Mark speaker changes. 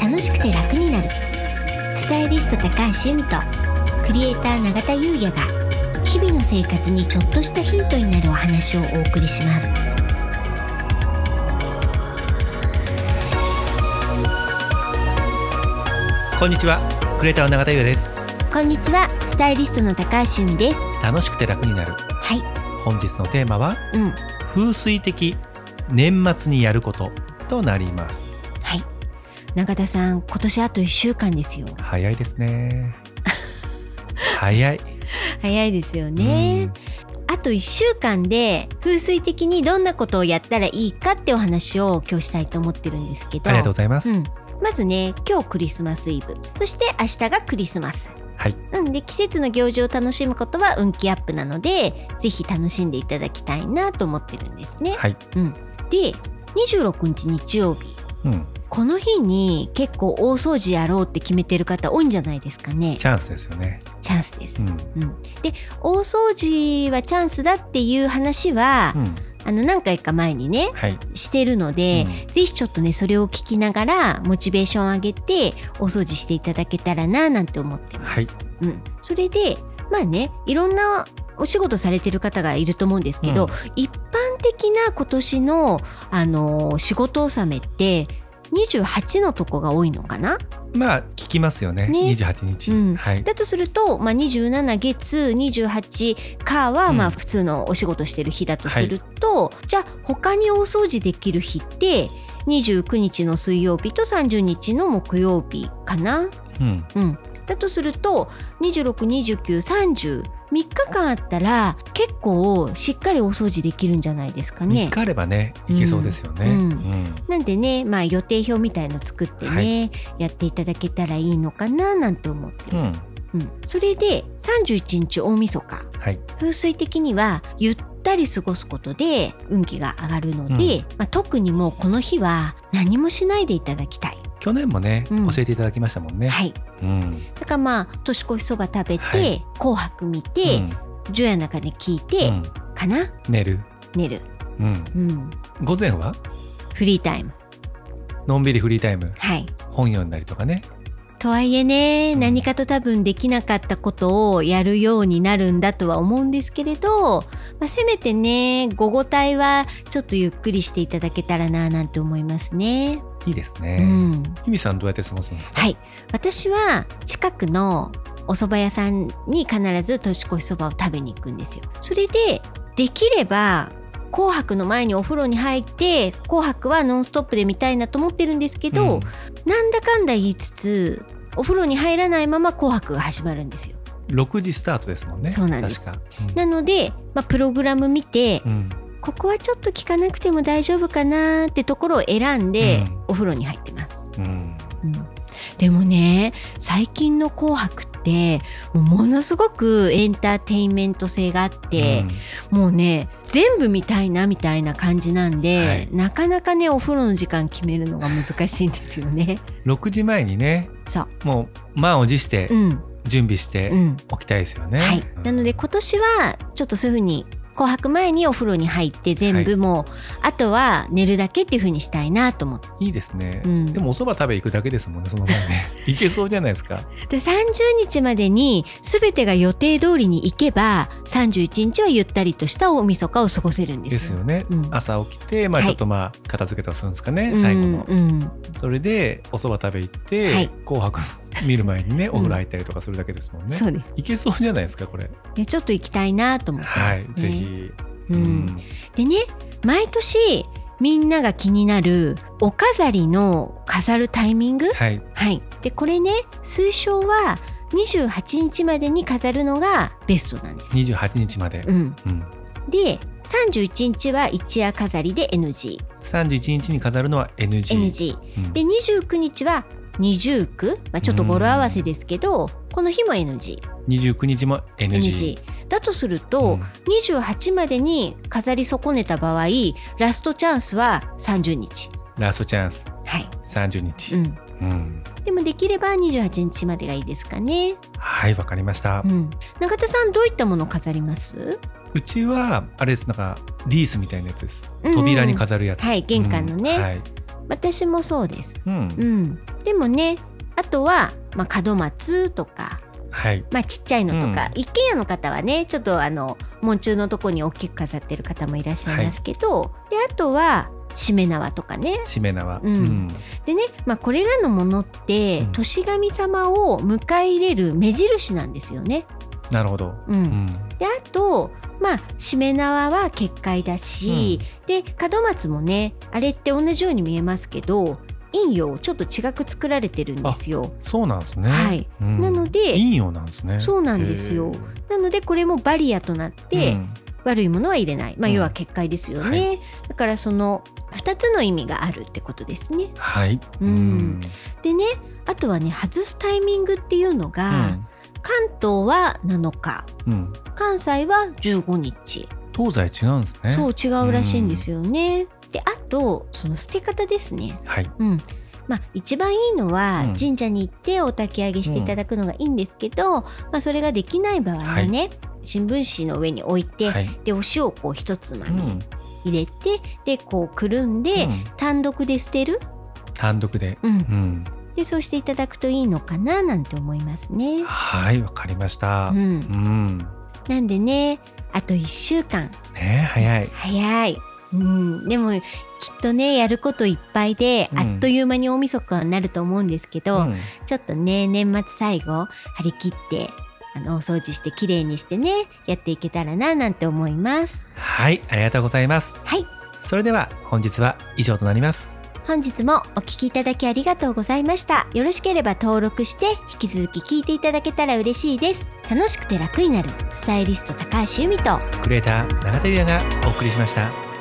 Speaker 1: 楽しくて楽になるスタイリスト高橋由美とクリエイター永田優也が日々の生活にちょっとしたヒントになるお話をお送りします
Speaker 2: こんにちはクレーターの永田優です
Speaker 1: こんにちはスタイリストの高橋由美です
Speaker 2: 楽しくて楽になる
Speaker 1: はい
Speaker 2: 本日のテーマは
Speaker 1: うんは
Speaker 2: 風水的年末にやることとなります
Speaker 1: い永田さん今年あと1週間ですよ
Speaker 2: 早いです ね早い
Speaker 1: 早いですよ
Speaker 2: う
Speaker 1: ね
Speaker 2: ん
Speaker 1: あと1週間で風水的にどんなことをやったらいいかってお話を今日したいと思ってるんですけど
Speaker 2: ありがとうございます、
Speaker 1: うん、まずね今日クリスマスイブそして明日がクリスマス、
Speaker 2: はい
Speaker 1: うん、で季節の行事を楽しむことは運気アップなのでぜひ楽しんでいただきたいなと思ってるんですね。
Speaker 2: はい
Speaker 1: うん、で26日日曜日
Speaker 2: うん
Speaker 1: この日に結構大掃除やろうって決めてる方多いんじゃないですかね
Speaker 2: チャンスですよね
Speaker 1: チャンスです。
Speaker 2: うん
Speaker 1: うん、で大掃除はチャンスだっていう話は、
Speaker 2: うん
Speaker 1: あの何回か前にね
Speaker 2: はい
Speaker 1: してるので、ぜひちょっとねそれを聞きながらモチベーション上げてお掃除していただけたらななんて思って
Speaker 2: うん
Speaker 1: ます。
Speaker 2: はい
Speaker 1: うん、それでまあねいろんなお仕事されてる方がいると思うんですけど、
Speaker 2: うん
Speaker 1: 一般的な今年の、あのー仕事納めって28のとこが多いのかな
Speaker 2: まあ聞きますよね
Speaker 1: ね
Speaker 2: 28日、
Speaker 1: うん
Speaker 2: はい
Speaker 1: だとすると、まあ、27月28かは
Speaker 2: うん
Speaker 1: まあ普通のお仕事してる日だとすると、じゃあ他に大掃除できる日って29日の水曜日と30日の木曜日かな、
Speaker 2: うん
Speaker 1: うん、だとすると262930 3日間あったら結構しっかりお掃除できるんじゃないですか
Speaker 2: 3
Speaker 1: ね
Speaker 2: 日。あればねいけそうですよね、
Speaker 1: うんうん
Speaker 2: うん
Speaker 1: なんでね、まあ、予定表みたいの作ってね、
Speaker 2: は
Speaker 1: やっていただけたらいいのかななんて思ってます
Speaker 2: うん
Speaker 1: うん、それで31日大晦日
Speaker 2: はい
Speaker 1: 風水的にはゆったり過ごすことで運気が上がるので、
Speaker 2: うん
Speaker 1: まあ、特にもうこの日は何もしないでいただきたい。
Speaker 2: 去年もね、
Speaker 1: うん
Speaker 2: 教えていただきましたもんね、
Speaker 1: はい、
Speaker 2: うん
Speaker 1: だからまあ年越しそば食べて、
Speaker 2: はい
Speaker 1: 紅白見て、
Speaker 2: うん
Speaker 1: 除夜の中で聞いて、
Speaker 2: うん
Speaker 1: かな
Speaker 2: 寝る、
Speaker 1: 寝る、
Speaker 2: うん、
Speaker 1: うん、
Speaker 2: 午前は
Speaker 1: フリータイム。
Speaker 2: のんびりフリータイム
Speaker 1: はい
Speaker 2: 本読んだりとかね
Speaker 1: とはいえね、
Speaker 2: うん
Speaker 1: 何かと多分できなかったことをやるようになるんだとは思うんですけれど、まあ、せめてね午後帯はちょっとゆっくりしていただけたらななんて思いますね。
Speaker 2: いいです
Speaker 1: う
Speaker 2: ね、
Speaker 1: ん、
Speaker 2: ゆみさんどうやって過ごすんですか
Speaker 1: はい私は近くのお蕎麦屋さんに必ず年越しそばを食べに行くんですよ。それでできれば紅白の前にお風呂に入って紅白はノンストップで見たいなと思ってるんですけど、
Speaker 2: うん
Speaker 1: なんだかんだ言いつつお風呂に入らないまま紅白が始まるんですよ
Speaker 2: 6時スタートですもんね
Speaker 1: そうなんです
Speaker 2: 確か、
Speaker 1: なので、まあ、プログラム見て、
Speaker 2: うんうん
Speaker 1: ここはちょっと聞かなくても大丈夫かなってところを選んで、
Speaker 2: うん
Speaker 1: お風呂に入ってます、
Speaker 2: うん
Speaker 1: うんでもね最近の紅白ってもうものすごくエンターテインメント性があって、もうね全部見たいなみたいな感じなんで、
Speaker 2: はい
Speaker 1: なかなかねお風呂の時間決めるのが難しいんですよ ね
Speaker 2: うん、6時前にね
Speaker 1: そう
Speaker 2: もう満を持して
Speaker 1: うん
Speaker 2: 準備して
Speaker 1: うん
Speaker 2: おきたいですよね、
Speaker 1: はい、
Speaker 2: うん
Speaker 1: なので今年はちょっとそういうふうに紅白前にお風呂に入って全部もう、あとは寝るだけっていうふうにしたいなと思って
Speaker 2: いいですね、
Speaker 1: うん
Speaker 2: でもお蕎麦食べ行くだけですもんねその前 ね行けそうじゃないですか
Speaker 1: で30日までに全てが予定通りに行けば31日はゆったりとした大晦日を過ごせるんで
Speaker 2: ですす
Speaker 1: よ。
Speaker 2: よね、
Speaker 1: うん
Speaker 2: 朝起きてまあ
Speaker 1: はい
Speaker 2: ちょっとまあ片付けとかするんですかね、最後の
Speaker 1: うんうん
Speaker 2: それでお蕎麦食べ行って、
Speaker 1: はい
Speaker 2: 紅白見る前にね
Speaker 1: ん
Speaker 2: お風呂入ったりとかするだけですもんね、
Speaker 1: そうです
Speaker 2: いけそうじゃないですかこれ
Speaker 1: ねちょっと行きたいなと思ってま
Speaker 2: は
Speaker 1: す
Speaker 2: い、
Speaker 1: ね。
Speaker 2: ぜひ、
Speaker 1: うん、でね毎年みんなが気になるお飾りの飾るタイミング
Speaker 2: はい、
Speaker 1: はい、でこれね推奨は28日までに飾るのがベストなんですよ。
Speaker 2: 28日まで
Speaker 1: う、ん、
Speaker 2: うん、
Speaker 1: で31日は一夜飾りで NGNG
Speaker 2: 31日に飾るのは NG, うん
Speaker 1: で29日は二重苦、まあ、ちょっと語呂合わせですけどこの日も NGNG
Speaker 2: 29日も NG,
Speaker 1: だとする
Speaker 2: う
Speaker 1: と
Speaker 2: ん
Speaker 1: 28までに飾り損ねた場合ラストチャンスは30日。
Speaker 2: ラストチャンス
Speaker 1: はい
Speaker 2: 30
Speaker 1: う
Speaker 2: 日、
Speaker 1: ん、
Speaker 2: うん
Speaker 1: でもできれば28日までがいいですかね。
Speaker 2: はいわかりました、
Speaker 1: う、
Speaker 2: うん
Speaker 1: 永田さんどういったものを飾ります
Speaker 2: ちはあれですなんかリースみたいなやつです
Speaker 1: うんうん
Speaker 2: 扉に飾るやつ、
Speaker 1: はい、玄関のね、
Speaker 2: うんはい
Speaker 1: 私もそうです。
Speaker 2: うん
Speaker 1: うん、でもねあとは、まあ、門松とか、
Speaker 2: はい。
Speaker 1: まあ、ちっちゃいのとか、
Speaker 2: うん
Speaker 1: 一軒家の方はねちょっとあの門中のとこに大きく飾ってる方もいらっしゃいますけど、であとはしめ縄とかね
Speaker 2: しめ縄。
Speaker 1: うんでね、まあ、これらのものって、
Speaker 2: うん
Speaker 1: 年神様を迎え入れる目印なんですよね。
Speaker 2: なるほど。
Speaker 1: うん
Speaker 2: うん。
Speaker 1: であとまあしめ縄は結界だし、で門松もねあれって同じように見えますけど陰陽をちょっと違く作られてるんですよ。
Speaker 2: そうなんですね。
Speaker 1: はい
Speaker 2: うん
Speaker 1: なので
Speaker 2: 陰陽なんですね。
Speaker 1: そうなんですよ
Speaker 2: へー
Speaker 1: なのでこれもバリアとなって、
Speaker 2: うん
Speaker 1: 悪いものは入れない、まあ、
Speaker 2: うん
Speaker 1: 要は結界ですよね、
Speaker 2: は
Speaker 1: だからその2つの意味があるってことですね。
Speaker 2: はい。
Speaker 1: うんでねあとはね外すタイミングっていうのが、関東は7日
Speaker 2: うん。うん
Speaker 1: 関西は15日
Speaker 2: 東西違うんですね。
Speaker 1: そう違うらしいんですよね。であとその捨て方ですね。
Speaker 2: はい。
Speaker 1: うんまあ、一番いいのは
Speaker 2: うん
Speaker 1: 神社に行ってお焚き上げしていただくのがいいんですけど、まあ、それができない場合はね、新聞紙の上に置いて、
Speaker 2: はい。
Speaker 1: でお塩をこう一つま
Speaker 2: う
Speaker 1: み
Speaker 2: ん
Speaker 1: 入れて、でこうくるんで、
Speaker 2: うん
Speaker 1: 単独で捨てる、
Speaker 2: 単独で。
Speaker 1: うん
Speaker 2: うん。
Speaker 1: でそうしていただくといいのかななんて思いますね。
Speaker 2: はい、わかりました
Speaker 1: う。、
Speaker 2: うんん。
Speaker 1: なんでねあと1週間
Speaker 2: ね、早い。
Speaker 1: 早い、うん、でもきっとねやることいっぱいで、
Speaker 2: うん
Speaker 1: あっという間に大晦日になると思うんですけど、
Speaker 2: うん
Speaker 1: ちょっとね年末最後張り切ってあのお掃除して綺麗にしてねやっていけたらななんて思います
Speaker 2: はい、ありがとうございます。
Speaker 1: はい
Speaker 2: それでは本日は以上となります。
Speaker 1: 本日もお聞きいただきありがとうございましたよろしければ登録して引き続き聞いていただけたら嬉しいです楽しくて楽になるスタイリスト高橋由美と
Speaker 2: クレーター長手リアがお送りしました。